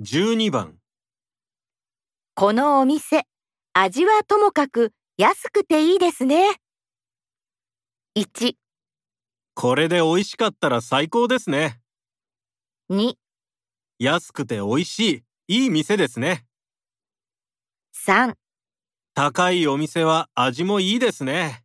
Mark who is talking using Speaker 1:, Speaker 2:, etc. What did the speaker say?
Speaker 1: 12番
Speaker 2: このお店、味はともかく安くていいですね。1、
Speaker 1: これで美味しかったら最高ですね
Speaker 2: 2、
Speaker 1: 安くて美味しいいい店ですね
Speaker 2: 3。
Speaker 1: 高いお店は味もいいですね